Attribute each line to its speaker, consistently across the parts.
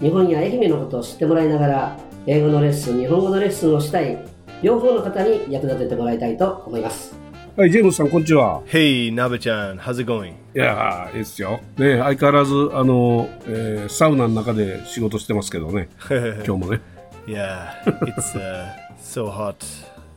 Speaker 1: 日本や愛媛のことを知ってもらいながら英語のレッスン日本語のレッスンをしたい両方の方に役立ててもらいたいと思います
Speaker 2: はい、ジェームスさん、こんにちは。
Speaker 3: Hey, Naba-chan, how's it going?
Speaker 2: いやー、いいっすよ。ね、相変わらず、あの、えーサウナの中で仕事してますけどね。今日もね。
Speaker 3: Yeah, it's uh, so hot.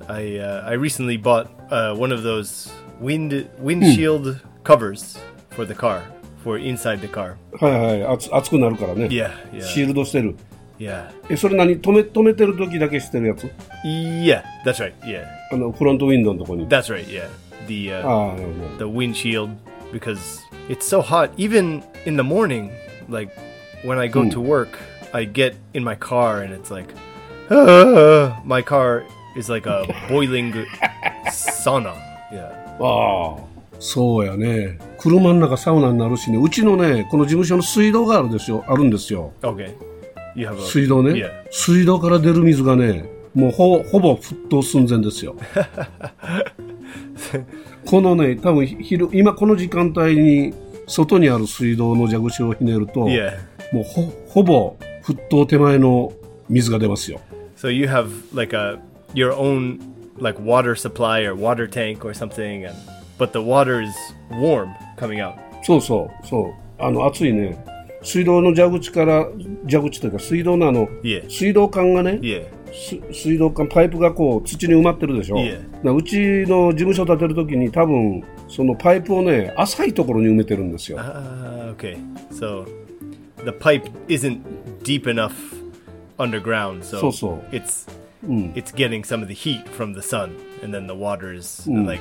Speaker 3: I uh, I recently bought uh, one of those wind windshield covers for the car, for inside the car.
Speaker 2: はいはい、暑暑くなるからね。
Speaker 3: Yeah, yeah.
Speaker 2: シールドしてる。
Speaker 3: Yeah,
Speaker 2: え、それ何止め、止めてる時だけしてるやつ
Speaker 3: yeah, that's right. Yeah,
Speaker 2: あの、フロントウィンドウのとこに。
Speaker 3: that's right. Yeah, the
Speaker 2: あ
Speaker 3: uh,
Speaker 2: あ、なるほ
Speaker 3: the windshield because it's so hot. Even in the morning, like when I go to work, I get in my car and it's like, "Ah." my car is like a boiling sauna. Yeah.
Speaker 2: ど。ああ。そうやね。車の中サウナになるしね。うちのね、この事務所の水道があるですよ。あるんですよ。
Speaker 3: Okay. You have a
Speaker 2: 水道ね
Speaker 3: Yeah.。
Speaker 2: 水道から出る水がね、もうほほぼ沸騰寸前です よ。このね、多分昼今この時間帯に外にある水道の蛇口をひねると、
Speaker 3: Yeah.
Speaker 2: もうほほぼ沸騰手前の水が出ますよ。
Speaker 3: So you have like a your own like water supply or water tank or something, and but the water is warm coming out.
Speaker 2: そうそうそう。あの熱いね。水道の蛇口から蛇口というか水道のあの、
Speaker 3: いえ
Speaker 2: 水道管がね、
Speaker 3: Yeah.
Speaker 2: す水道管パイプがこう土に埋まってるでしょ、
Speaker 3: いえ
Speaker 2: なうちの事務所建てるときに多分そのパイプをね浅いところに埋めてるんですよ
Speaker 3: Uh, okay. So the pipe isn't deep enough underground,
Speaker 2: So,
Speaker 3: so,
Speaker 2: so.
Speaker 3: it's it's getting some of the heat from the sun, and then the water is like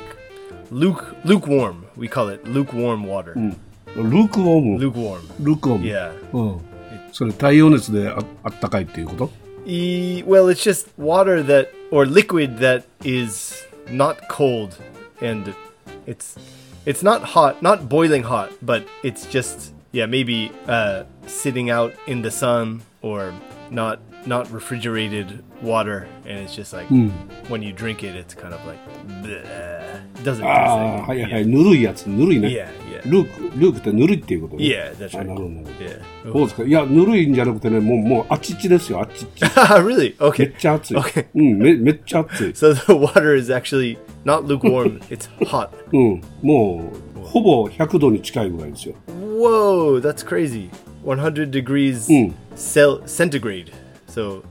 Speaker 3: luke lukewarm. We call it lukewarm water.
Speaker 2: ルークウォーム
Speaker 3: Lukewarm.
Speaker 2: ルークウォーム、
Speaker 3: Yeah.
Speaker 2: うん、それ太陽熱でああったかいっていうこと
Speaker 3: E- well, it's just water that or liquid that is not cold, and it's it's not hot, not boiling hot, but it's just yeah maybe uh, sitting out in the sun or not not refrigerated water, and it's just like when you drink it, it's kind of like bleh, doesn't
Speaker 2: あ
Speaker 3: taste
Speaker 2: あ
Speaker 3: like
Speaker 2: はいはい、
Speaker 3: yeah.
Speaker 2: ぬるいやつぬるいね
Speaker 3: Yeah, yeah.
Speaker 2: ルークルークってぬるいっていうことね
Speaker 3: yeah, that's
Speaker 2: あな
Speaker 3: right.
Speaker 2: るほどなるほど
Speaker 3: Yeah.
Speaker 2: そうですかいやぬるいんじゃなくてねもうもうあっちっちですよあっちっち
Speaker 3: really?
Speaker 2: めっ
Speaker 3: Okay.
Speaker 2: ちゃ熱い、
Speaker 3: Okay.
Speaker 2: うんめめっちゃ熱い
Speaker 3: So the water is actually not lukewarm; it's hot.
Speaker 2: うんもうほぼ100度に近いぐらいですよ
Speaker 3: Whoa, that's crazy. 100 degrees cel- centigrade. So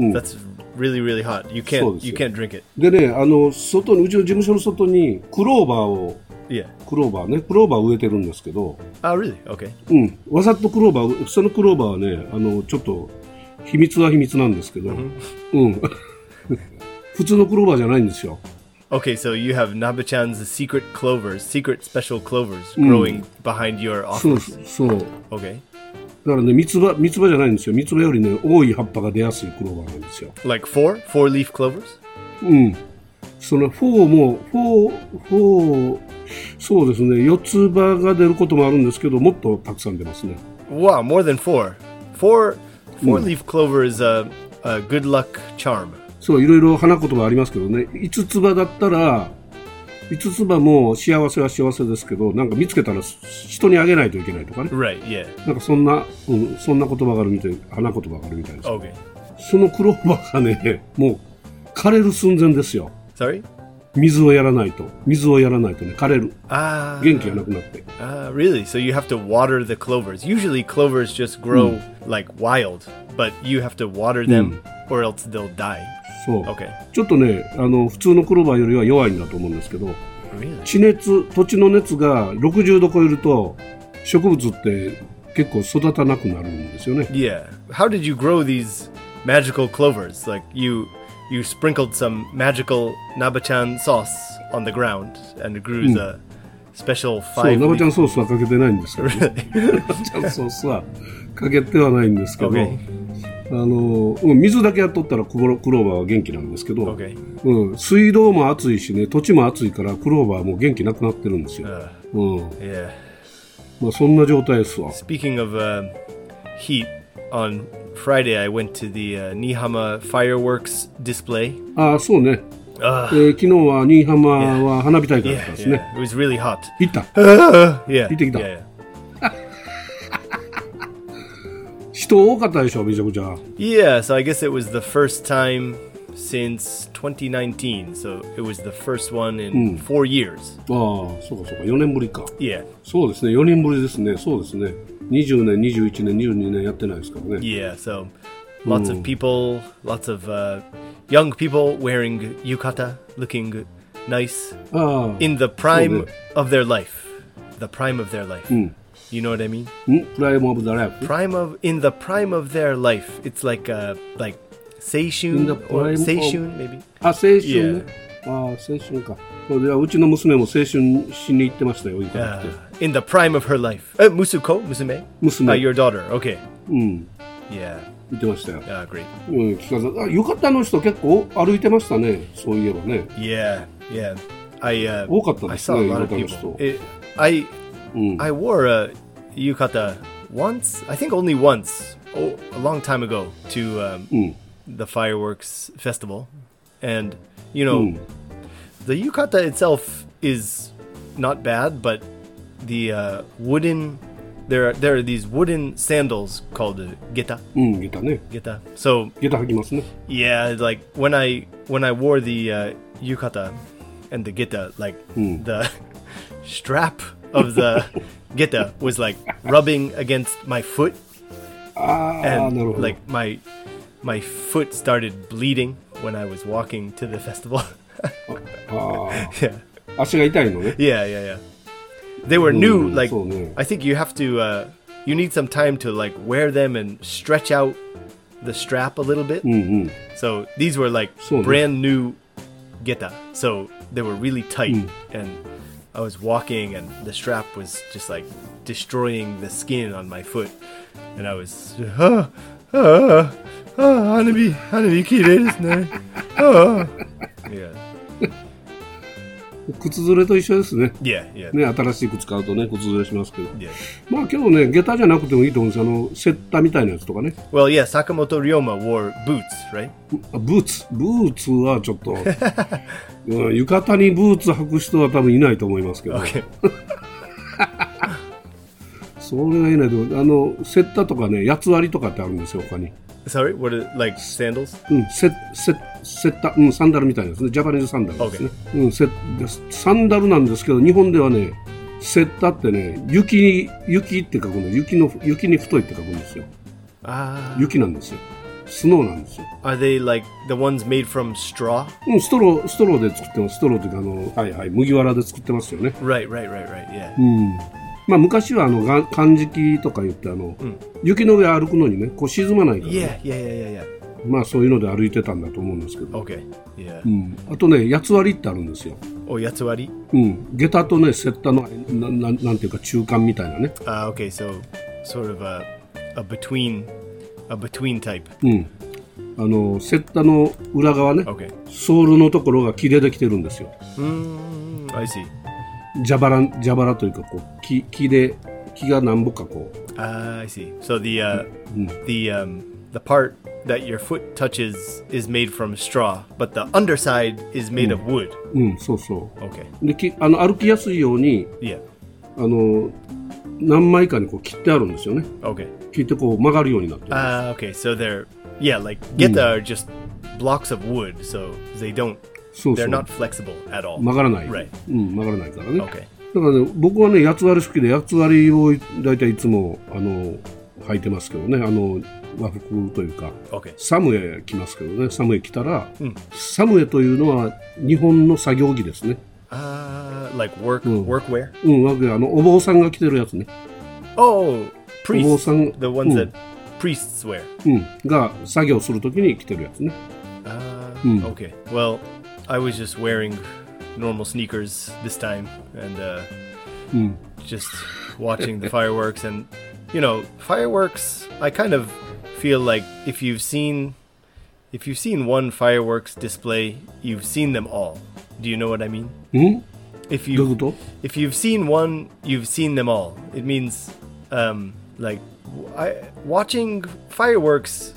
Speaker 3: that's really really hot. You
Speaker 2: So
Speaker 3: can't
Speaker 2: it's-
Speaker 3: you can't drink it.
Speaker 2: でね、あの外にうちの事務所の外にクローバーを
Speaker 3: Yeah.
Speaker 2: クローバーねクローバー植えてるんですけど、
Speaker 3: Oh, really? Okay.
Speaker 2: うん、わざとクローバーそのクローバーはねあのちょっと秘密は秘密なんですけど、うん、 普通のクローバーじゃないんですよ
Speaker 3: Okay, so you have Nabachan's secret clovers, secret special clovers growing behind your
Speaker 2: そう
Speaker 3: office.
Speaker 2: そうだか
Speaker 3: Okay.
Speaker 2: らね三つ葉三つ葉じゃないんですよ三つ葉よりね多い葉っぱが出やすいクローバーなんですよ
Speaker 3: Like four? Four leaf clovers?
Speaker 2: その4も4 4そうですね四つ葉が出ることもあるんですけどもっとたくさん出ますね
Speaker 3: Wow, more than four. Four four leaf clover is a, a good luck charm.
Speaker 2: そう、いろいろ花言葉ありますけどね、五つ葉だったら、五つ葉も幸せは幸せですけど、なんか見つけたら人にあげないといけないとかね。
Speaker 3: Right, yeah.
Speaker 2: なんかそんな、うん、そんな言葉があるみたい、花言葉があるみたいです。
Speaker 3: Okay.
Speaker 2: そのクローバーがね、 もう枯れる寸前ですよ。
Speaker 3: Sorry?
Speaker 2: 水をやらないと。水をやらないとね、枯れる。
Speaker 3: Ah.
Speaker 2: 元気がなくなって。
Speaker 3: Ah, really? So you have to water the clovers. Usually clovers just grow like wild, but you have to water them or else they'll die.
Speaker 2: そう。
Speaker 3: Okay.
Speaker 2: ちょっとね、あの、普通のクローバーよりは弱いんだと思うんですけど、
Speaker 3: Really?
Speaker 2: 地熱、土地の熱が60度超えると、植物って結構育たなくなるんですよね。
Speaker 3: Yeah. How did you grow these magical clovers? Like you you sprinkled some magical nabachan sauce on the ground and grew the special
Speaker 2: そう、
Speaker 3: five
Speaker 2: ナバちゃ
Speaker 3: leaf-
Speaker 2: んソースはかけてないんですけど、ナバちゃんソースはかけてはないんですけど、
Speaker 3: Okay.
Speaker 2: あのうん水だけやっとったらクロクローバーは元気なんですけど、
Speaker 3: Okay.
Speaker 2: うん、水道も暑いしね土地も暑いからクローバーも元気なくなってるんですよ、う
Speaker 3: Uh,
Speaker 2: ん
Speaker 3: yeah.
Speaker 2: まあ、そんな状態ですわ
Speaker 3: Speaking of uh, heat, on Friday I went to the uh, Nihama fireworks display.
Speaker 2: ああそうね、え
Speaker 3: Uh,
Speaker 2: ー昨日は新居浜は花火大会だったんで
Speaker 3: yeah,
Speaker 2: すね、
Speaker 3: yeah, it was really hot.
Speaker 2: 行った
Speaker 3: Yeah,
Speaker 2: You think
Speaker 3: yeah,
Speaker 2: that-
Speaker 3: yeah.
Speaker 2: 人多かったでしょめちゃくちゃ
Speaker 3: Yeah, so I guess it was the first time since 2019. So it was the first one
Speaker 2: Hmm.
Speaker 3: in four years.
Speaker 2: ああそうかそうか4年ぶりか
Speaker 3: Yeah,
Speaker 2: そうですね4年ぶりですねそうですね20年21年22年やってないですからね
Speaker 3: yeah. So lots
Speaker 2: Hmm.
Speaker 3: of people, lots of uh, young people wearing yukata, looking nice
Speaker 2: ああ
Speaker 3: in the prime
Speaker 2: Cool.
Speaker 3: of their life. The prime of their life.
Speaker 2: Hmm.
Speaker 3: You know what I mean?
Speaker 2: んプライム・オブ・ザ・ライフ
Speaker 3: Prime of in the prime of their life. It's like uh, like seishun
Speaker 2: In the
Speaker 3: or
Speaker 2: prime of-
Speaker 3: seishun maybe.
Speaker 2: あ青春ねああ青春かそうでうちの娘も青春しに行ってましたよ行かな
Speaker 3: Uh,
Speaker 2: くて
Speaker 3: in the prime of her life. Uh, Musuko, Musume?
Speaker 2: Musume.
Speaker 3: Uh, your daughter, okay.
Speaker 2: うん
Speaker 3: Yeah,
Speaker 2: 行ってましたよ
Speaker 3: uh, great.
Speaker 2: うん、聞かず、あ、浴衣の人結構歩いてましたね。そういえばね。
Speaker 3: Yeah, yeah. I uh,
Speaker 2: 多かったですね、
Speaker 3: I saw a lot of
Speaker 2: 浴衣の人。
Speaker 3: people. It, I
Speaker 2: うん。
Speaker 3: I wore a yukata once, I think only once, oh, a long time ago to um,
Speaker 2: うん。
Speaker 3: the fireworks festival. And, you know,
Speaker 2: うん。
Speaker 3: the yukata itself is not bad, but the uh, wooden, there are, there are these wooden sandals called uh, geta.
Speaker 2: うん、下駄ね。
Speaker 3: Geta. So
Speaker 2: 下駄履きますね。
Speaker 3: yeah, like when I when I wore the uh, yukata and the geta, like the strap of the geta was like rubbing against my foot,
Speaker 2: ああ、
Speaker 3: and
Speaker 2: なるほど。
Speaker 3: like my my foot started bleeding when I was walking to the festival.
Speaker 2: あ
Speaker 3: yeah,
Speaker 2: あ、足が痛いのね。
Speaker 3: yeah, yeah, yeah. They were new.
Speaker 2: Mm,
Speaker 3: Like
Speaker 2: so new.
Speaker 3: I think you have to uh, you need some time to like wear them and stretch out the strap a little bit.
Speaker 2: うんうん。
Speaker 3: So these were like
Speaker 2: So-
Speaker 3: brand new geta. So they were really tight and I was walking and the strap was just like destroying the skin on my foot and I was ah, ah, ah, hanabi, hanabi kire desu ne. Ah." Yeah.
Speaker 2: 靴ずれと一緒ですね。
Speaker 3: Yeah, yeah.
Speaker 2: ね、新しい靴買うとね、靴ずれしますけど。
Speaker 3: Yeah.
Speaker 2: まあ、けどね、下駄じゃなくてもいいと思うんですよ。あの、セッターみたいなやつとかね。
Speaker 3: Well, yeah, Sakamoto Ryoma wore boots, right?
Speaker 2: あブーツ。ブーツはちょっと、うん、浴衣にブーツ履く人は多分いないと思いますけど。
Speaker 3: Okay.
Speaker 2: それがいないと、あの、セッターとかね、八つ割りとかってあるんですよ、他に。
Speaker 3: Sorry, what are like sandals?
Speaker 2: うん、セセセッタ、うん、サンダルみたいなですね。ジャパニーズサンダルですね。うん、セですサンダルなんですけど、日本ではね、セッタってね、雪に、雪って書くの、雪の、雪に太いって書くんですよ。
Speaker 3: Ah,
Speaker 2: 雪なんですよ。スノーなんですよ。
Speaker 3: are they like the ones made from straw?
Speaker 2: うん、ストロー、ストローで作ってます。ストローというか、あの、はいはい、麦わらで作ってますよね。
Speaker 3: Right, right, right, right. Yeah.
Speaker 2: うん。まあ、昔は、あの、が漢字記とか言って、あの、雪の上歩くのにね、こう沈まないから、ね
Speaker 3: Yeah, yeah, yeah, yeah, yeah.
Speaker 2: まあ、そういうので歩いてたんだと思うんですけど。
Speaker 3: Okay. Yeah.
Speaker 2: うん。あとね、八つ割りってあるんですよ。
Speaker 3: Oh, yatsuwari.
Speaker 2: うん、下駄とね、セッタのなななんていうか中間みたいなね、
Speaker 3: Uh, okay, so sort of a a between a between type.
Speaker 2: あのセッタの裏側ね、
Speaker 3: Okay.
Speaker 2: ソールのところが木でできてるんですよ。
Speaker 3: Mm, I see.
Speaker 2: 蛇腹蛇腹というかこう木木で木が何ぼかこ
Speaker 3: Uh, I see. So the uh, the um, the part that your foot touches is made from straw, but the underside is made of wood.
Speaker 2: う、うん、そうそ
Speaker 3: Okay.
Speaker 2: う。できあの歩きやすいように
Speaker 3: Yeah.
Speaker 2: あの何枚かにこう切ってあるんですよね。
Speaker 3: Okay.
Speaker 2: 切ってこう曲がるようになってる。
Speaker 3: Uh, okay. So they're yeah, like geta are just blocks of wood, so they don't
Speaker 2: そうそ
Speaker 3: they're
Speaker 2: う
Speaker 3: not flexible at all.
Speaker 2: 曲がらない、
Speaker 3: Right.
Speaker 2: うん、曲がらないからね。
Speaker 3: Okay.
Speaker 2: だからね、僕はね、八つ割り好きで、八つ割りを大体いつも、あの、履いてますけどね、あの、和服というか、
Speaker 3: Okay.
Speaker 2: サムエ来ますけどね、サムエ来たら、サムエというのは日本の作業着ですね。
Speaker 3: Uh, like work
Speaker 2: Mm.
Speaker 3: workwear.
Speaker 2: うん、わけあの、お坊さんが着てるやつね。
Speaker 3: Oh, priests.
Speaker 2: sang-
Speaker 3: The ones
Speaker 2: Mm.
Speaker 3: that priests wear.
Speaker 2: うん、が作業するときに着てるやつね。
Speaker 3: Uh, Okay. Well, I was just wearing normal sneakers this time and uh, just watching the fireworks. And you know, fireworks. I kind of feel like if you've seen if you've seen one fireworks display, you've seen them all. Do you know what I mean?
Speaker 2: うん
Speaker 3: If
Speaker 2: どういうこ
Speaker 3: you
Speaker 2: と
Speaker 3: if you've seen one, you've seen them all. It means um, like w I watching fireworks,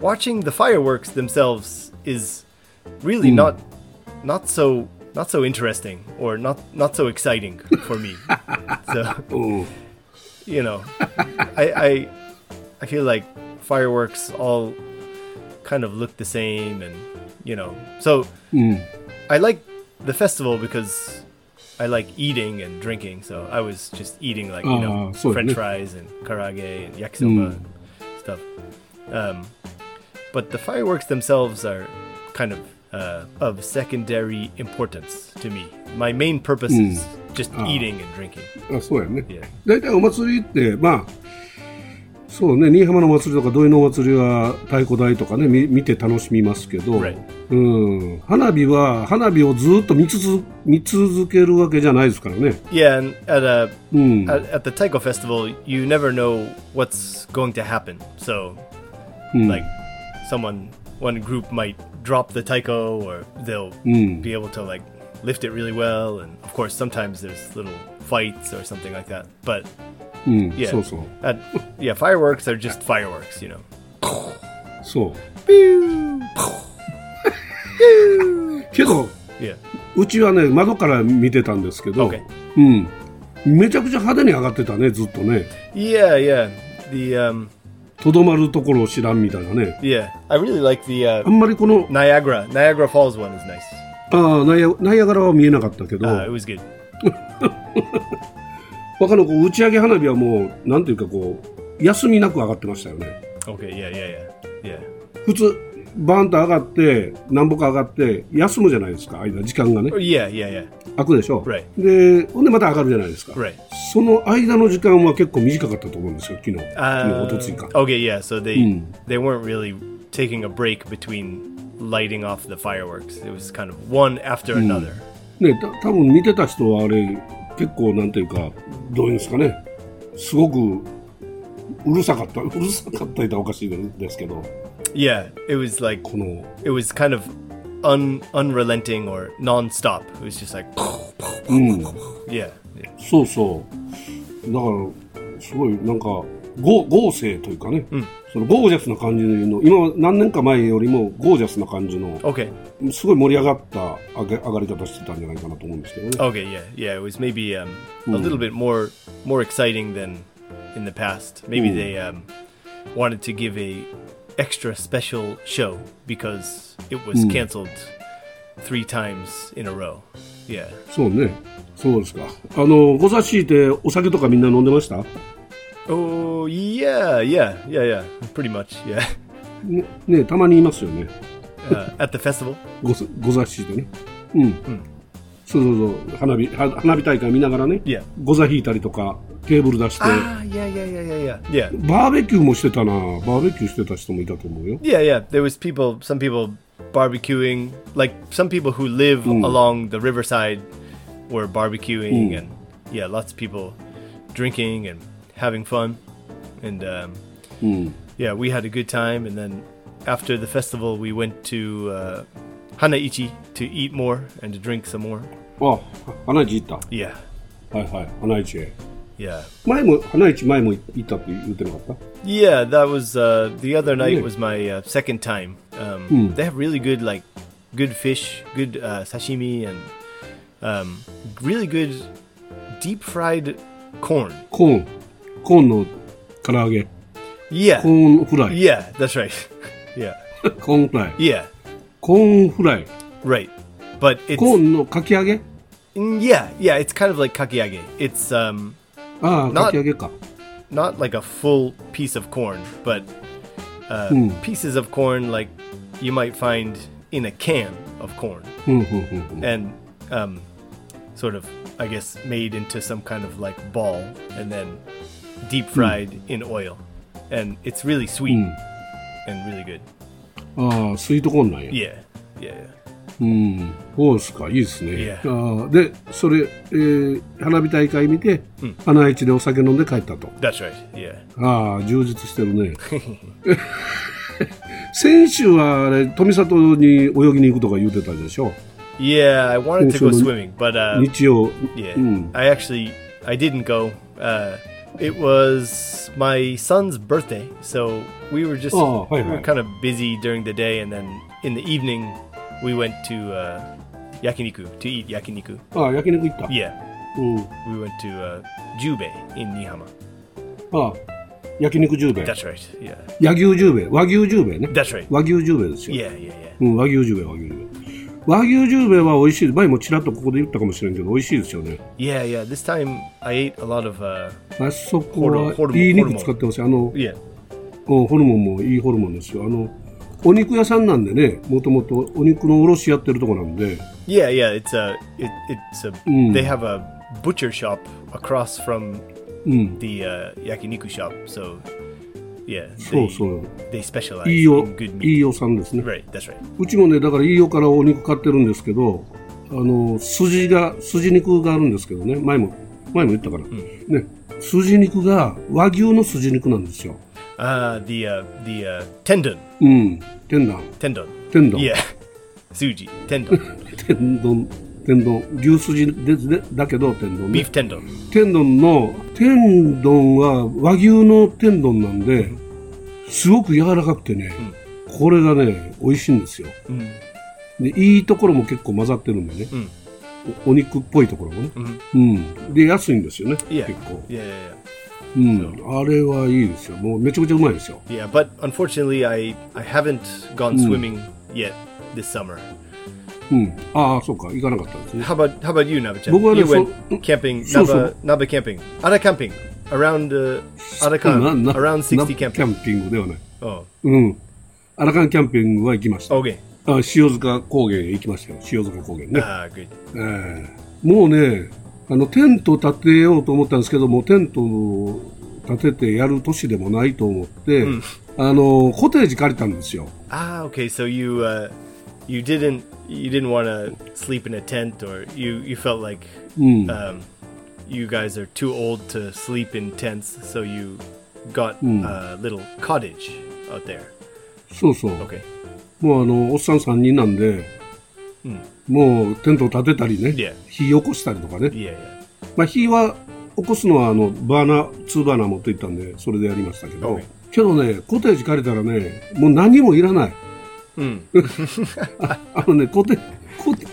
Speaker 3: watching the fireworks themselves is really not not so not so interesting or not not so exciting for me. so
Speaker 2: うん。
Speaker 3: you know, I, I I feel like fireworks all kind of look the same, and you know, so
Speaker 2: Mm.
Speaker 3: I like the festival because I like eating and drinking. So I was just eating like you know
Speaker 2: Ah, so,
Speaker 3: French
Speaker 2: yeah.
Speaker 3: fries and karage and yakisoba
Speaker 2: Mm.
Speaker 3: and stuff. Um, but the fireworks themselves are kind of uh, of secondary importance to me. My main purpose
Speaker 2: Mm.
Speaker 3: is just
Speaker 2: Ah.
Speaker 3: eating and drinking.
Speaker 2: あそうやね
Speaker 3: Yeah.
Speaker 2: 大体お祭りってまあそうね新居浜のお祭りとか土井のお祭りは太鼓台とかねみ見て楽しみますけど、
Speaker 3: Right.
Speaker 2: うん、花火は花火をずっと見つづ見続けるわけじゃないですからね
Speaker 3: Yeah, and at a
Speaker 2: うん、
Speaker 3: at, at the Taiko Festival, you never know what's going to happen. So, like, someone, one group might drop the Taiko, or they'll be able to like lift it really well. And of course, sometimes there's little fights or something like that. But
Speaker 2: うん、
Speaker 3: yeah,
Speaker 2: そうそう
Speaker 3: at- yeah, fireworks are just fireworks, you know.
Speaker 2: そう けど
Speaker 3: Yeah,
Speaker 2: うちはね窓から見てたんですけど、
Speaker 3: Okay.
Speaker 2: うん、めちゃくちゃ派手に上がってたねずっとね
Speaker 3: yeah, yeah. The um,
Speaker 2: とどまるところを知らんみたいなね
Speaker 3: yeah, I really like the
Speaker 2: あ
Speaker 3: uh,
Speaker 2: んまりこの
Speaker 3: Niagara. Niagara Falls one is nice.
Speaker 2: ああナイアナイアガラは見えなかったけど、
Speaker 3: Uh, it was good.
Speaker 2: 他のこう打ち上げ花火はもうなんていうかこう休みなく上がってましたよね
Speaker 3: Okay, yeah, yeah, yeah, yeah.
Speaker 2: 普通バーンと上がって何歩か上がって休むじゃないですか間時間がね
Speaker 3: Oh, Yeah, yeah, yeah.
Speaker 2: 空くでしょ、
Speaker 3: Right.
Speaker 2: でほんでまた上がるじゃないですか、
Speaker 3: Right.
Speaker 2: その間の時間は結構短かったと思うんですよ昨日昨日
Speaker 3: Uh,
Speaker 2: おとついか
Speaker 3: okay, yeah. So they
Speaker 2: Mm.
Speaker 3: they weren't really taking a break between lighting off the fireworks. It was kind of one after another.
Speaker 2: ねた多分見てた人はあれ結構なんていうかどういうんですかねすごくうるさかったうるさかった言ったらおかしいですけど
Speaker 3: Yeah, it was like
Speaker 2: この
Speaker 3: it was kind of un unrelenting or non-stop. It was just like
Speaker 2: うん
Speaker 3: yeah, yeah.
Speaker 2: そうそう。だから、すごい、なんか、豪豪勢というかね、そのゴージャスな感じの、今、何年か前よりもゴージャスな感じの、
Speaker 3: Okay.
Speaker 2: すごい盛り上がった上げ上がり方してたんじゃないかなと思うんですけどね。
Speaker 3: Okay, yeah. Yeah, it was maybe um, a little bit more more exciting than in the past. Maybe
Speaker 2: Mm.
Speaker 3: they um, wanted to give a extra special show because it was canceled three times in a row. Yeah.
Speaker 2: そうね。そうですか。あの、ご差しいて、お酒とかみんな飲んでました
Speaker 3: Oh, yeah, yeah, yeah, yeah. Pretty much, yeah.
Speaker 2: ねね、たまにいますよね。
Speaker 3: Uh, at the festival.
Speaker 2: ござご差しいてね。うん。そうそうそう。花火、は花火大会見ながらね、
Speaker 3: Yeah.
Speaker 2: ご座引いたりとか、テーブル出して、
Speaker 3: Ah, yeah, yeah, yeah, yeah, yeah. Yeah.
Speaker 2: バーベキューもしてたな。バーベキューしてた人もいたと思うよ。
Speaker 3: Yeah, yeah. There was people, some people barbecuing, like some people who live along the riverside were barbecuing, and yeah, lots of people drinking and having fun, and um, yeah, we had a good time. And then after the festival, we went to uh, Hanaichi to eat more and to drink some more.
Speaker 2: あ、花市行っ
Speaker 3: Yeah,
Speaker 2: た。はいはい、花市へ。
Speaker 3: yeah,
Speaker 2: 前も、花市前も行ったって言ってなかった
Speaker 3: yeah. That was uh, the other night
Speaker 2: Yeah.
Speaker 3: was my uh, second time. Um, They have really good like good fish, good uh, sashimi, and um, really good deep fried corn.
Speaker 2: コーン。コーンの唐揚げ。コ
Speaker 3: Yeah,
Speaker 2: ーンフライ。
Speaker 3: yeah, that's right. yeah,
Speaker 2: コーンフライ。
Speaker 3: yeah,
Speaker 2: コーンフライ。
Speaker 3: right. But it's
Speaker 2: コーンのかき揚げ
Speaker 3: mm, yeah, yeah. It's kind of like kakiage. It's um,
Speaker 2: ああ、
Speaker 3: な
Speaker 2: かき揚げか。
Speaker 3: not like a full piece of corn, but uh, pieces of corn like you might find in a can of corn.
Speaker 2: うん、うん、うん。
Speaker 3: and um, sort of, I guess, made into some kind of like ball and then deep fried in oil. And it's really sweet and really good.
Speaker 2: ああ、スイートコーンなんや。
Speaker 3: Yeah, yeah, yeah.
Speaker 2: うん。そうですか、いいですね。
Speaker 3: Yeah.
Speaker 2: あーで、それ、えー花火大会見て、花市でお酒飲んで帰ったと。
Speaker 3: That's right. Yeah.
Speaker 2: ああ、充実してる ね。先週はあれ、富里に泳ぎに行くとか言うてたでしょ。
Speaker 3: Yeah, I wanted to go
Speaker 2: Also,
Speaker 3: swimming, but uh,
Speaker 2: 日曜、
Speaker 3: yeah,
Speaker 2: うん。
Speaker 3: I actually I didn't go. Uh, it was my son's birthday, so we were just
Speaker 2: Oh, hi,
Speaker 3: we were
Speaker 2: hi.
Speaker 3: kind of busy during the day, and then in the evening we went to uh, yakiniku to eat yakiniku.
Speaker 2: ああ、焼肉行った。
Speaker 3: Yeah,
Speaker 2: うん。
Speaker 3: we went to uh, Jubei in Nihama.
Speaker 2: ああ、焼肉十兵衛。
Speaker 3: That's right. Yeah,
Speaker 2: 野牛十兵衛。和牛十兵衛ね。
Speaker 3: that's right.
Speaker 2: 和牛十兵衛ですよ。
Speaker 3: Yeah, yeah, yeah.
Speaker 2: うん、和牛十兵衛、和牛十兵衛。和牛十兵衛は美味しい。前もちらっとここで言ったかもしれんけど、美味しいですよね。
Speaker 3: Yeah, yeah. This time I ate a lot of uh,
Speaker 2: あそこ
Speaker 3: ホルモンホ
Speaker 2: は
Speaker 3: ルモン
Speaker 2: いい
Speaker 3: ホ
Speaker 2: 肉
Speaker 3: ルモン
Speaker 2: 使ってますよ。あの、
Speaker 3: yeah.
Speaker 2: うんホルモンもいいホルモンですよ。あの、お肉屋さんなんでね、もともとお肉の卸やってるとこなんで、
Speaker 3: Yeah, yeah, it's a it, it's a they have a butcher shop across from the uh, yakiniku shop. So yeah, they,
Speaker 2: そうそう、
Speaker 3: they specialize
Speaker 2: 飯尾
Speaker 3: in good、meat.
Speaker 2: 飯尾さんですね。
Speaker 3: Right, that's right.
Speaker 2: うちもね、だから飯尾からお肉買ってるんですけど、あの、筋が、筋肉があるんですけどね、前も、前も言ったから、ね、筋肉が和牛の筋肉なんですよ。
Speaker 3: Uh, the uh, the uh, tendon
Speaker 2: うん、天丼、
Speaker 3: tendon
Speaker 2: 天丼、
Speaker 3: yeah, suji tendon
Speaker 2: 天丼、天丼、牛筋ででだけど天丼ね。
Speaker 3: beef tendon.
Speaker 2: 天丼の天丼は和牛の天丼なんで、すごく柔らかくてね、これがね美味しいんですよ、でいいところも結構混ざってるんでね、おお肉っぽいところもね、うんで安いんですよね、
Speaker 3: Yeah,
Speaker 2: 結構、
Speaker 3: yeah, yeah, yeah.
Speaker 2: うん、あれはいいですよもうめちゃくちゃうまいですよ
Speaker 3: Yeah, but unfortunately, I I haven't gone swimming yet this summer.
Speaker 2: うんああそうか行かなかったですね
Speaker 3: How about how about you, Nabachan?
Speaker 2: Well, well,
Speaker 3: you
Speaker 2: if so-
Speaker 3: went camping,
Speaker 2: so- so-
Speaker 3: Naba, Naba camping, Ara camping, around uh, Ara
Speaker 2: な
Speaker 3: camp,
Speaker 2: な
Speaker 3: around 60 camping.
Speaker 2: キャンピングではない
Speaker 3: Oh,
Speaker 2: うんアラカンキャンピングは行きました、
Speaker 3: okay.
Speaker 2: あ塩塚高原へ行きましたよ塩塚高原ね
Speaker 3: Ah, good.
Speaker 2: ええもうねあのテント立てようと思ったんですけどもテントを立ててやる年でもないと思って、あのコテージ借りたんですよ
Speaker 3: Ah, okay. So you uh, you didn't you didn't want to sleep in a tent, or you you felt like um, you guys are too old to sleep in tents, so you got a little cottage out there.
Speaker 2: そうそう、
Speaker 3: Okay.
Speaker 2: もうあのおっさん3人なんで、もうテントを立てたりね、
Speaker 3: いや
Speaker 2: 火起こしたりとかね、
Speaker 3: Yeah, yeah.
Speaker 2: まあ、火は起こすのはあのバーナー2バーナー持っていったんでそれでやりましたけど、
Speaker 3: はい
Speaker 2: けどねコテージ借りたらねもう何もいらない、 ああのねコテコテ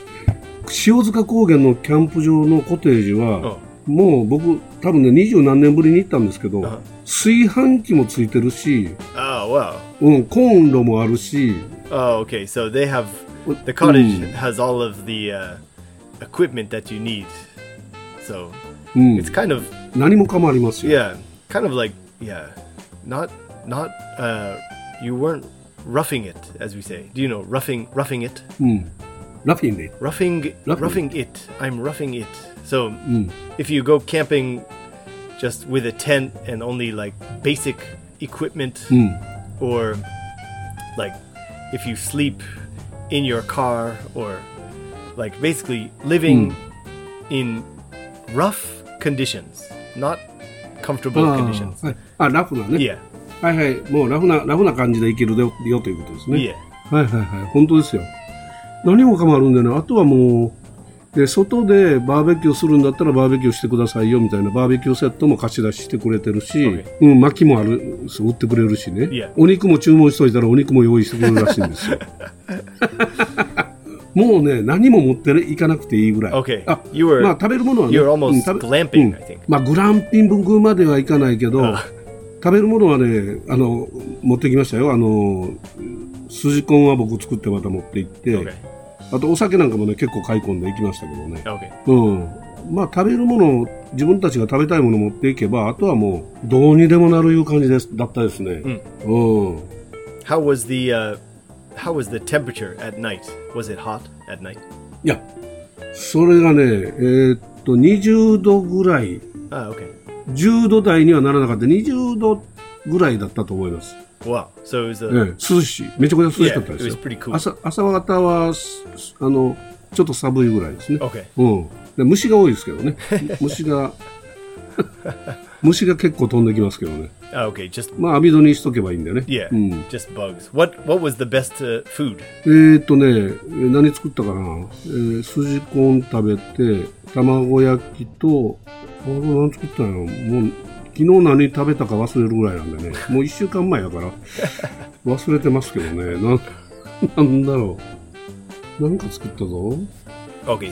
Speaker 2: 塩塚高原のキャンプ場のコテージは、もう僕多分ね二十何年ぶりに行ったんですけど、炊飯器もついてるし、
Speaker 3: Oh wow.
Speaker 2: うん、コンロもあるし
Speaker 3: Oh, okay. So they have
Speaker 2: What-
Speaker 3: the cottage
Speaker 2: Mm.
Speaker 3: has all of the uh, equipment that you need. So
Speaker 2: Mm.
Speaker 3: it's kind of
Speaker 2: 何もかもありますよ、
Speaker 3: yeah, kind of like yeah, not not uh, you weren't roughing it as we say. Do you know roughing roughing it
Speaker 2: ラフィンで
Speaker 3: roughing
Speaker 2: Roughing.
Speaker 3: roughing, it? I'm roughing it. So if you go camping just with a tent and only like basic equipment or like if you sleep in your car or like basically living in rough conditions, not comfortable
Speaker 2: あー
Speaker 3: conditions.
Speaker 2: はい、あラフなね、
Speaker 3: Yeah.
Speaker 2: はいはい、もうラフな、ラフな感じでいけるよよということですね。
Speaker 3: いえ
Speaker 2: はいはいはい、本当ですよ。何もかもあるんだよね。あとはもう、で外でバーベキューするんだったらバーベキューしてくださいよみたいなバーベキューセットも貸し出ししてくれてるし、うん、薪もある、そう売ってくれるしね。
Speaker 3: いや
Speaker 2: お肉も注文しといたらお肉も用意してくれるらしいん ですよ。 もうね、何も持っていかなくていいぐらい。
Speaker 3: Okay.
Speaker 2: あ
Speaker 3: You were-
Speaker 2: まあ食べるものはね。
Speaker 3: You're almost
Speaker 2: うん食べ
Speaker 3: glamping,
Speaker 2: うん
Speaker 3: I think.
Speaker 2: まあ、グランピングまではいかないけど、食べるものはね、あの、持ってきましたよ。あの、筋コンは僕作ってまた持って行って、
Speaker 3: Okay.
Speaker 2: あとお酒なんかもね、結構買い込んで行きましたけどね。
Speaker 3: Okay.
Speaker 2: うん。まあ、食べるもの、自分たちが食べたいもの持っていけば、あとはもう、どうにでもなるいう感じです、だったですね。うん。
Speaker 3: How was the uh, how was the temperature at night? Was it hot at night?
Speaker 2: いや、それがね、えーっと、20度ぐらい、
Speaker 3: Ah, okay.
Speaker 2: 10度台にはならなかった、20度ぐらいだったと思います。
Speaker 3: Wow. So it was
Speaker 2: え
Speaker 3: a
Speaker 2: え、涼しい。めちゃくちゃ涼しかったです
Speaker 3: Yeah,
Speaker 2: よ
Speaker 3: it was pretty。cool.
Speaker 2: 朝朝方は、すあの、ちょっと寒いぐらいですね。
Speaker 3: Okay.
Speaker 2: うん、で虫が多いですけどね。 虫が、虫が結構飛んできますけどね。
Speaker 3: Ah, okay, just
Speaker 2: まあ、網戸にしとけばいいんだよね。
Speaker 3: yeah,
Speaker 2: うん、
Speaker 3: just bugs. What what was the best uh, food?
Speaker 2: えー、っとね、えー何作ったかな、えー、筋コン食べて、卵焼きと、あれ何作ったんやろもう、昨日何食べたか忘れるぐらいなんでね、もう1週間前や から、忘れてますけどね、な、なんだろう。なんか作ったぞ。
Speaker 3: Okay,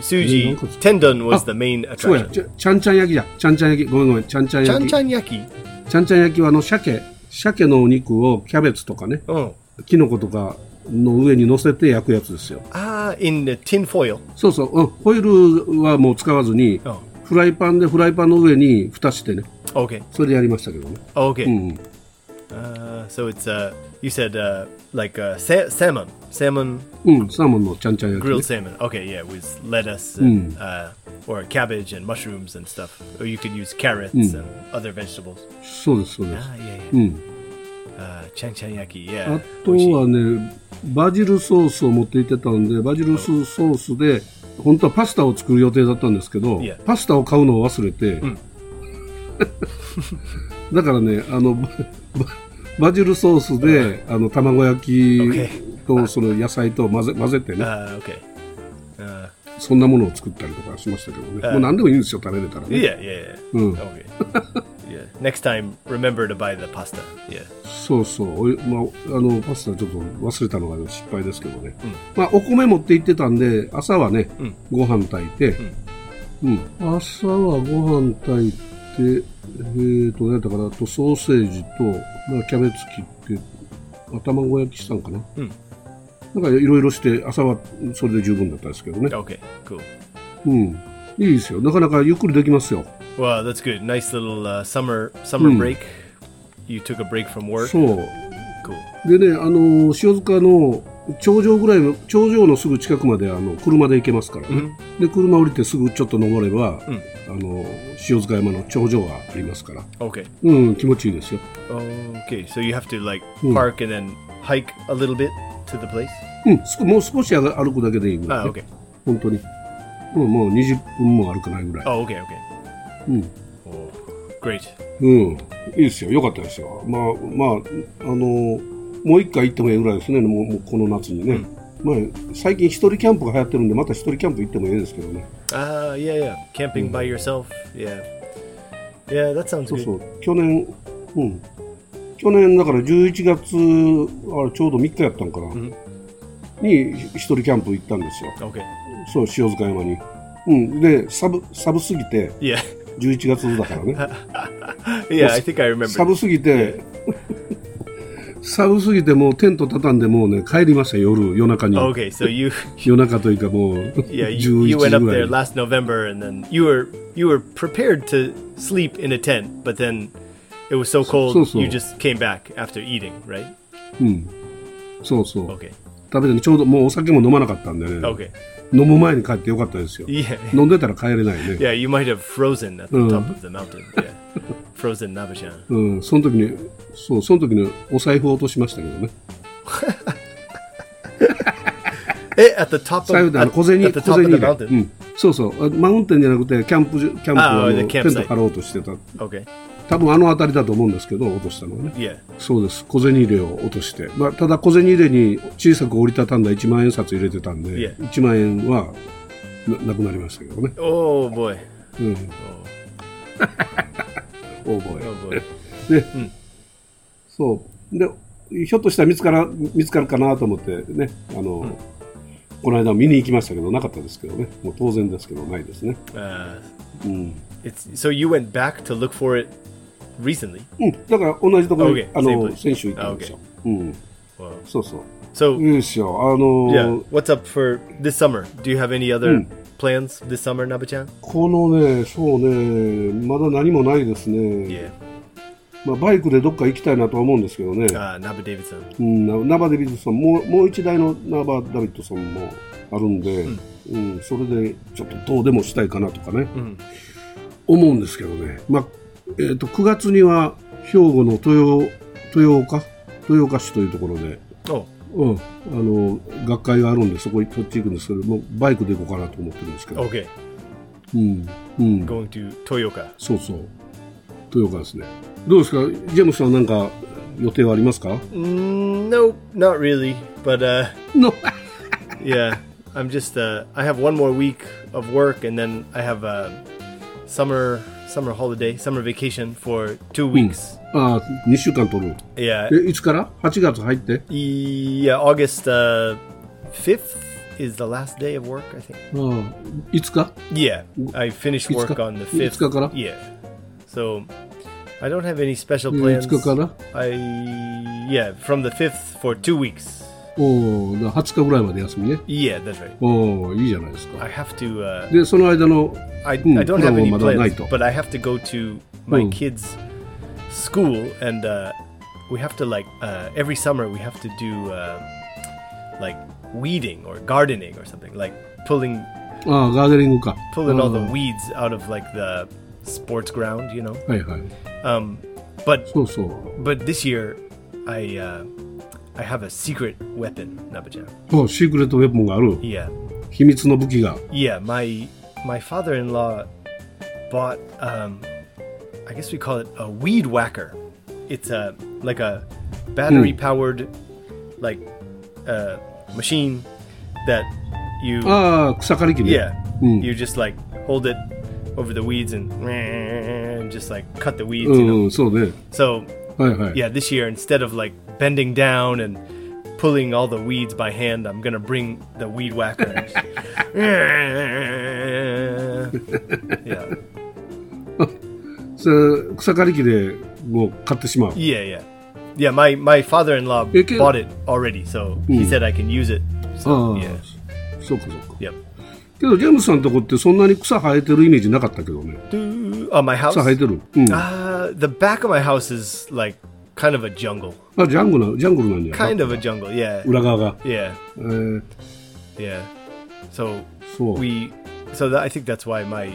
Speaker 2: Yeah,
Speaker 3: suji
Speaker 2: no, 'cause-
Speaker 3: tendon was
Speaker 2: Ah,
Speaker 3: the main
Speaker 2: そうや、
Speaker 3: attraction.
Speaker 2: ちゃちゃんちゃん焼きじゃ。ちゃんちゃん焼き。ごめんごめん、ちゃんちゃん
Speaker 3: Chan
Speaker 2: 焼き。
Speaker 3: chan yaki.
Speaker 2: ちゃんちゃん焼きはあの鮭、鮭のお肉をキャベツとかね、
Speaker 3: Oh,
Speaker 2: キノコとかの上に乗せて焼くやつですよ。
Speaker 3: ah, in uh, tin foil.
Speaker 2: そうそう、うん、ホイルはもう使わずに、
Speaker 3: Oh,
Speaker 2: フライパンでフライパンの上に蓋してね、
Speaker 3: okay,
Speaker 2: それでやりましたけどね。
Speaker 3: okay.
Speaker 2: うん、
Speaker 3: Uh, so it's uh, you said uh, like uh, sa- salmon, salmon
Speaker 2: うん、サーモンのちゃんちゃん焼き、ね
Speaker 3: grilled。salmon. Okay, yeah, with lettuce and, uh, or cabbage and mushrooms and stuff. Or you could use carrots and other vegetables.
Speaker 2: そうです、そうです。
Speaker 3: Ah, yeah,
Speaker 2: う
Speaker 3: yeah.
Speaker 2: ん、
Speaker 3: Uh, chang chang yaki, yeah.
Speaker 2: あとはね、バジルソースを持っていってたんで、バジルソースで、本当はパスタを作る予定だったんですけど
Speaker 3: いや、
Speaker 2: パスタを買うのを忘れて、 だからね、あの、バババジルソースで、あの、卵焼き
Speaker 3: Okay
Speaker 2: と、その野菜と混ぜ混ぜてね、
Speaker 3: Uh, okay. Uh,
Speaker 2: そんなものを作ったりとかしましたけどね。もう何でもいいんですよ、食べれたらね。
Speaker 3: yeah, yeah, yeah. Okay. yeah. Next time, remember to buy the pasta. Yeah.
Speaker 2: そうそう、おいまあ、あのパスタちょっと忘れたのが失敗ですけどね、まあ、お米持って行ってたんで、朝はね、ご飯炊いて、うん朝はご飯炊いて、えー、と、だから、あとソーセージと、まあ、キャベツ切って、あ卵焼きしたんかな、
Speaker 3: うん
Speaker 2: なんかいろいろして、朝はそれで十分だったんですけどね、
Speaker 3: Okay, cool.
Speaker 2: うん、いいですよ、なかなかゆっくりできますよ、
Speaker 3: Wow, that's good. Nice little uh, summer summer break. You took a break from work.
Speaker 2: そう。
Speaker 3: Cool.
Speaker 2: でね、あの塩塚の頂上ぐらいの頂上のすぐ近くまであの車で行けますからね、で車降りてすぐちょっと登れば、あの塩塚山の頂上がありますから、
Speaker 3: Okay.
Speaker 2: うん、気持ちいいですよ、
Speaker 3: Okay, so you have to like park and then hike a little bit to the place.
Speaker 2: うん、すもう少し歩歩くだけでいいぐらい、
Speaker 3: Ah,
Speaker 2: ね
Speaker 3: okay.
Speaker 2: 本当に、うん、もう20分も歩かないぐらい、
Speaker 3: Oh, okay, okay.
Speaker 2: Hmm.
Speaker 3: Oh, great.
Speaker 2: うん、いいですよよかったですよまあまああのもう一回行ってもいいぐらいですねもうもうこの夏にね、まあ、最近一人キャンプが流行ってるんでまた一人キャンプ行ってもいいですけどね
Speaker 3: Ah, yeah, yeah. Camping
Speaker 2: Hmm.
Speaker 3: by yourself. Yeah. Yeah, that sounds
Speaker 2: そう
Speaker 3: good.
Speaker 2: そう、去年、うん。去年、だから11月、あれ、ちょうど3日やったんかな、に、ひ一人キャンプ行ったんですよ。
Speaker 3: Okay.
Speaker 2: そう、塩塚山に。うん。で、寒、寒すぎて、
Speaker 3: Yeah.
Speaker 2: 11月だ からね。
Speaker 3: yeah, I think I remember.
Speaker 2: 寒すぎて、寒すぎて、もうテント畳んで、もうね、帰りました、夜、夜中に。
Speaker 3: Okay, so you
Speaker 2: 夜中というか、もう、
Speaker 3: yeah,
Speaker 2: 11
Speaker 3: you, you
Speaker 2: 時
Speaker 3: went up
Speaker 2: ぐら
Speaker 3: there
Speaker 2: いに。
Speaker 3: last November, and then you were you were prepared to sleep in a tent, but then it was so cold,
Speaker 2: so- so.
Speaker 3: you just came back after eating, right?
Speaker 2: そうそう。
Speaker 3: Okay,
Speaker 2: 食べてね、ちょうどもうお酒も飲まなかったんでね、
Speaker 3: okay,
Speaker 2: 飲む前に帰ってよかったですよ。
Speaker 3: yeah,
Speaker 2: 飲んでたら帰れないね。
Speaker 3: yeah. You might have frozen at the top
Speaker 2: Hmm.
Speaker 3: of the mountain. Yeah, frozen Nabashan.
Speaker 2: うん、その時に、そう、その時にお財布を落としましたけどね。
Speaker 3: Eh, at the top
Speaker 2: 財布っ
Speaker 3: of
Speaker 2: てあ
Speaker 3: at,
Speaker 2: の小銭、
Speaker 3: at the
Speaker 2: 小
Speaker 3: top
Speaker 2: 銭
Speaker 3: of
Speaker 2: 入
Speaker 3: the
Speaker 2: れ。う
Speaker 3: mountain.
Speaker 2: ん。そうそう。あマウンテンじゃなくて、キャンプ場、キャンプ
Speaker 3: あ
Speaker 2: をあ
Speaker 3: で
Speaker 2: の
Speaker 3: キ
Speaker 2: テ
Speaker 3: ャン
Speaker 2: ント
Speaker 3: プサイト
Speaker 2: 張ろうとしてた。
Speaker 3: Okay,
Speaker 2: 多分あの辺りだと思うんですけど、落としたのはね。
Speaker 3: yeah,
Speaker 2: そうです。小銭入れを落として。まあ、ただ小銭入れに小さく折りたたんだ1万円札入れてたん
Speaker 3: いえ
Speaker 2: で、1万円はななくなりましたけどね。
Speaker 3: Oh boy.
Speaker 2: うん。
Speaker 3: Oh,
Speaker 2: 大声。
Speaker 3: oh boy.
Speaker 2: ね、そうでひょっとしたら見つから見つかるかなと思ってねあの、この間見に行きましたけどなかったですけどねもう当然ですけどないですね
Speaker 3: Uh,
Speaker 2: うん
Speaker 3: it's so you went back to look for it recently.
Speaker 2: うんだから同じところに
Speaker 3: Okay,
Speaker 2: あ
Speaker 3: same
Speaker 2: の
Speaker 3: place.
Speaker 2: 先週行ったんですよ、うん、
Speaker 3: Wow.
Speaker 2: そうそう
Speaker 3: So
Speaker 2: いいですよあの
Speaker 3: Yeah. What's up for this summer? Do you have any other plans this summer, Nabachan?
Speaker 2: このねそうねまだ何もないですね、
Speaker 3: Yeah.
Speaker 2: まあ、バイクでどっか行きたいなとは思うんですけどね、
Speaker 3: Uh, Naba Davidson.
Speaker 2: うん、ナナバデビッドソンもうもう一台のナバダビッドソンもあるんで、うんそれでちょっとどうでもしたいかなとかね、思うんですけどね、まあえー、と9月には兵庫の豊豊岡豊岡市というところで
Speaker 3: Oh,
Speaker 2: うん、あの学会があるんでそこそっち行くんですけどもうバイクで行こうかなと思ってるんですけど、
Speaker 3: Okay,
Speaker 2: うんうん、
Speaker 3: going to Toyoka.
Speaker 2: そうそう豊川ですねどうですかジェームスさんなんか予定はありますか
Speaker 3: Mm, nope, not really. But uh,
Speaker 2: の
Speaker 3: yeah, I'm just. Uh, I have one more week of work, and then I have a summer summer holiday, summer vacation for two weeks.
Speaker 2: あ2週間取る
Speaker 3: Yeah,
Speaker 2: えいつから ?8 月入って
Speaker 3: yeah. August uh, fifth is the last day of work, I think.
Speaker 2: あいつか
Speaker 3: Yeah, I finished work
Speaker 2: Itsuka-
Speaker 3: on the fifth.
Speaker 2: Itsukakara?
Speaker 3: Yeah, so I don't have any special
Speaker 2: えい
Speaker 3: plans.
Speaker 2: つかから、
Speaker 3: I yeah, from the fifth for two weeks.
Speaker 2: おーだから20日ぐらいまで休みね
Speaker 3: Yeah, that's right.
Speaker 2: おーいいじゃないですか
Speaker 3: I have to. Uh,
Speaker 2: でその間の
Speaker 3: I,
Speaker 2: うん
Speaker 3: I don't
Speaker 2: プラ
Speaker 3: have
Speaker 2: ンは
Speaker 3: any
Speaker 2: まだない
Speaker 3: plans,
Speaker 2: と
Speaker 3: but I have to go to my
Speaker 2: Hmm.
Speaker 3: kids' school, and uh, we have to like uh, every summer we have to do uh, like weeding or gardening or something like pulling
Speaker 2: ああガーデリングか
Speaker 3: pulling all
Speaker 2: あ
Speaker 3: the
Speaker 2: ー
Speaker 3: weeds out of like the sports ground, you know.
Speaker 2: はいはい
Speaker 3: Um, but
Speaker 2: そうそう。
Speaker 3: But this year, I uh, I have a secret weapon, Nabaja.
Speaker 2: あシークレットウェポンがある。
Speaker 3: Yeah,
Speaker 2: 秘密の武器が。
Speaker 3: yeah. My my father-in-law bought. Um, I guess we call it a weed whacker. It's a like a battery-powered like uh, machine that you
Speaker 2: ああ、草刈り機ね。
Speaker 3: yeah
Speaker 2: うん。
Speaker 3: you just like hold it over the weeds and just like cut the weeds.
Speaker 2: う
Speaker 3: You
Speaker 2: ん
Speaker 3: know?
Speaker 2: うん、そうね。
Speaker 3: So
Speaker 2: はいはい。
Speaker 3: yeah, this year instead of like bending down and pulling all the weeds by hand, I'm gonna bring the weed whacker. yeah,
Speaker 2: それ草刈り機でもう買ってしまう。
Speaker 3: yeah, yeah, yeah. My my father-in-law
Speaker 2: You can- Oh.
Speaker 3: bought it already, so he said I can use it.
Speaker 2: あ
Speaker 3: So
Speaker 2: あ、
Speaker 3: yeah,
Speaker 2: そうかそうか。
Speaker 3: yep.
Speaker 2: けど、ジェームスさんのとこってそんなに草生えてるイメージなかったけどね。
Speaker 3: Do- Oh, my house.
Speaker 2: 草生えてる。うん。あ、
Speaker 3: Uh, the back of my house is like kind of a jungle,
Speaker 2: ジャングルな、ジャングルなんじゃない
Speaker 3: kind of a jungle. Yeah,
Speaker 2: 裏側が。
Speaker 3: yeah,
Speaker 2: えー、
Speaker 3: yeah. So
Speaker 2: そう。
Speaker 3: we so that, i think that's why my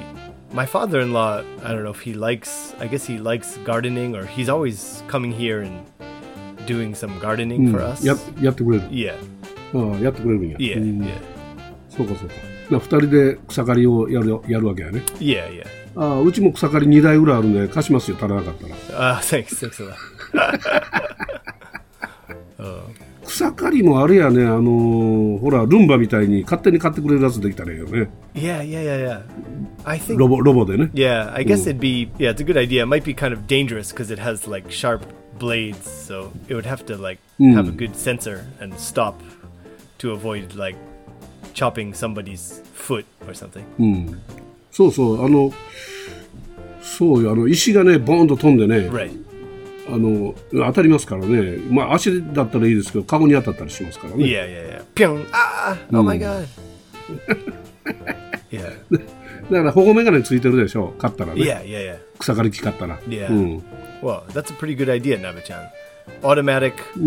Speaker 3: my father-in-law i don't know if he likes i guess he likes gardening or he's always coming here and doing some gardening for us
Speaker 2: ややってくれる。
Speaker 3: yeah
Speaker 2: ああ、やってくれるんや。
Speaker 3: yeah
Speaker 2: うん
Speaker 3: yeah
Speaker 2: そうかそうか。な二人で草刈りをやるやるわけやね。
Speaker 3: yeah yeah
Speaker 2: ああ、うちも草刈り2台ぐらいあるんで貸しますよ、足らなかったら。
Speaker 3: uh thanks thanks a lot
Speaker 2: 草刈りもあれやね、あのーほら、ルンバみたいに勝手に買ってくれるやつできたらいいよね。
Speaker 3: yeah yeah yeah yeah i think
Speaker 2: ロボ、ロボでね。
Speaker 3: yeah i guess it'd be yeah it's a good idea it might be kind of dangerous because it has like sharp blades so it would have to like have a good sensor and stop to avoid like chopping somebody's foot or something
Speaker 2: そうそう、あの、そうよ、あの、石がね、ボーンと飛んでね、
Speaker 3: right
Speaker 2: あの、当たりますからね。まあ、足だったらいいですけど、顔に当たったりしますからね。
Speaker 3: Yeah, yeah, yeah. Pyong. Ah! Oh my god. yeah.
Speaker 2: だから、保護メガネついてるでしょ、買ったらね。
Speaker 3: Yeah, yeah, yeah.
Speaker 2: 草刈り機買ったら。
Speaker 3: Yeah.
Speaker 2: うん。
Speaker 3: Well, that's a pretty good idea, Nabachan. Automatic,
Speaker 2: ル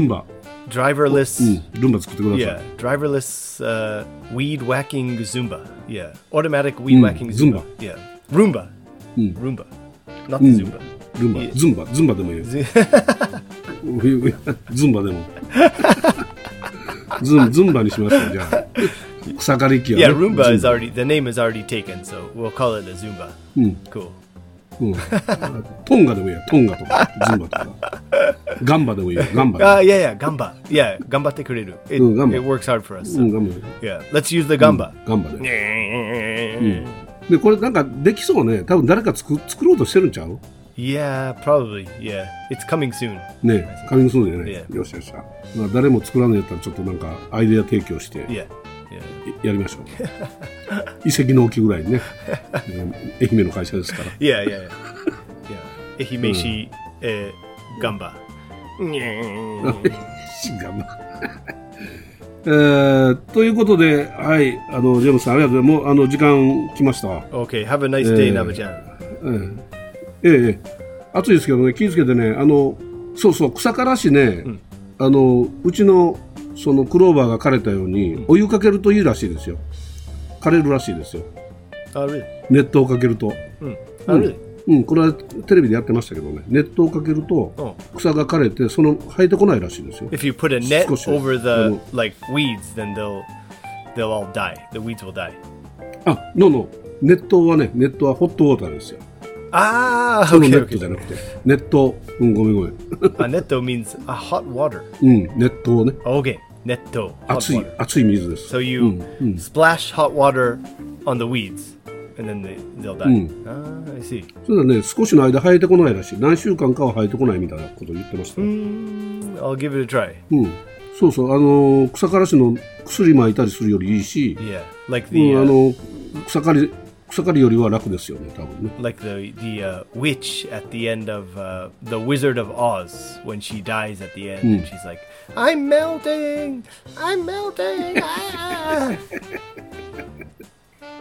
Speaker 2: ンバ、
Speaker 3: driverless.
Speaker 2: ルンバ作ってください。
Speaker 3: Yeah, driverless uh, weed whacking Zumba. Yeah, automatic weed whacking Zumba.
Speaker 2: Zumba.
Speaker 3: Yeah, Roomba. Roomba, not the Zumba.
Speaker 2: ルンバ、ズンバ、ズンバでもいいよ。 ズンバでも。ズンズンバにしますよ、じゃあ。草刈り機は、ね。
Speaker 3: Yeah, Roomba
Speaker 2: ズン
Speaker 3: is already the name is already taken, so we'll call it a Zumba. Cool.
Speaker 2: うんトンガでもいいよ、トンガとか、ズンバとか。ガンバでもいいよ、ガン
Speaker 3: Uh,
Speaker 2: バ。
Speaker 3: yeah, yeah, gamba. Yeah, gamba te kureru. It,
Speaker 2: Mm, gamba. Hmm.
Speaker 3: it works hard for us.
Speaker 2: う
Speaker 3: so-
Speaker 2: ん、ガンバで。
Speaker 3: Yeah, let's use the gamba.
Speaker 2: ガンバで。
Speaker 3: Yeah,
Speaker 2: で、これなんかできそうね。多分誰か作作ろうとしてるんちゃう
Speaker 3: probably. Yeah, it's coming soon.
Speaker 2: ねえ、紙もそうだよね。
Speaker 3: Yeah.
Speaker 2: よしよっしゃ。まあ、誰も作らないやったら、ちょっとなんかアイデア提供して。
Speaker 3: Yeah, yeah,
Speaker 2: やりましょう。遺跡の沖ぐらいにね。えー愛媛の会社ですから。
Speaker 3: yeah, yeah, yeah. yeah. Ehimeshi eh, gamba.
Speaker 2: 違うな。 えー、ということで、はい、あの、ジェームスさん、ありがとうございます。もう、あの、時間来ましたわ。
Speaker 3: Okay, have a nice
Speaker 2: Eh.
Speaker 3: day, Nabajan.
Speaker 2: ええええ。暑いですけどね、気をつけてね、あの、そうそう、草からしね、あの、うちの、その、クローバーが枯れたように、お湯かけるといいらしいですよ。枯れるらしいですよ。
Speaker 3: Oh, really?
Speaker 2: 熱湯をかけると。Hmm.
Speaker 3: Oh, really?
Speaker 2: うん、これはテレビでやってましたけどね、熱湯をかけると草が枯れて、その生えてこないらしいですよ。
Speaker 3: If you put a net
Speaker 2: 少し。
Speaker 3: over the
Speaker 2: あの。
Speaker 3: like weeds, then they'll they'll all die. The weeds will die.
Speaker 2: あ、のの、熱湯はね、熱湯はホットウォーターですよ。
Speaker 3: Ah,
Speaker 2: そのネッ
Speaker 3: okay,
Speaker 2: ト
Speaker 3: okay.
Speaker 2: じゃなくて、熱湯、うん、ごめんごめん。
Speaker 3: A netto means a hot water.
Speaker 2: うん、熱湯ね、
Speaker 3: Okay, netto, hot
Speaker 2: 熱い
Speaker 3: water.、
Speaker 2: 熱い水です。
Speaker 3: So you splash hot water on the weeds, and then they they'll die. Ah, I see.
Speaker 2: それはね、少しの間生えてこないらしい。何週間かは生えてこないみたいなことを言ってましたね、
Speaker 3: I'll give it a try.
Speaker 2: うん。そうそう、あのー草からしの薬巻いたりするよりいいし、
Speaker 3: Yeah, like
Speaker 2: うん
Speaker 3: the
Speaker 2: あ
Speaker 3: uh,
Speaker 2: の草刈り、草刈りよりは楽ですよね、多分ね。
Speaker 3: like the the uh, witch at the end of uh, the Wizard of Oz when she dies at the end, and she's like, "I'm melting, I'm melting." ah!"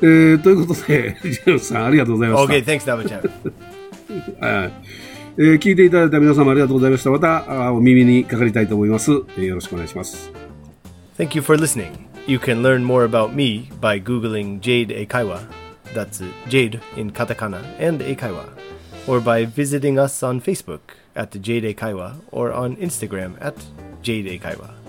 Speaker 2: えー、ということで、ジェロさん、ありがとうございました。
Speaker 3: okay, thanks, Navachan.
Speaker 2: はいえー聞いていただいた皆様ありがとうございました。またあーお耳にかかりたいと思います、えーよろしくお願いします。
Speaker 3: Thank you for listening. You can learn more about me by googling Jade Eikaiwa, that's uh, Jade in katakana and Eikaiwa, or by visiting us on Facebook at Jade Eikaiwa or on Instagram at Jade Eikaiwa.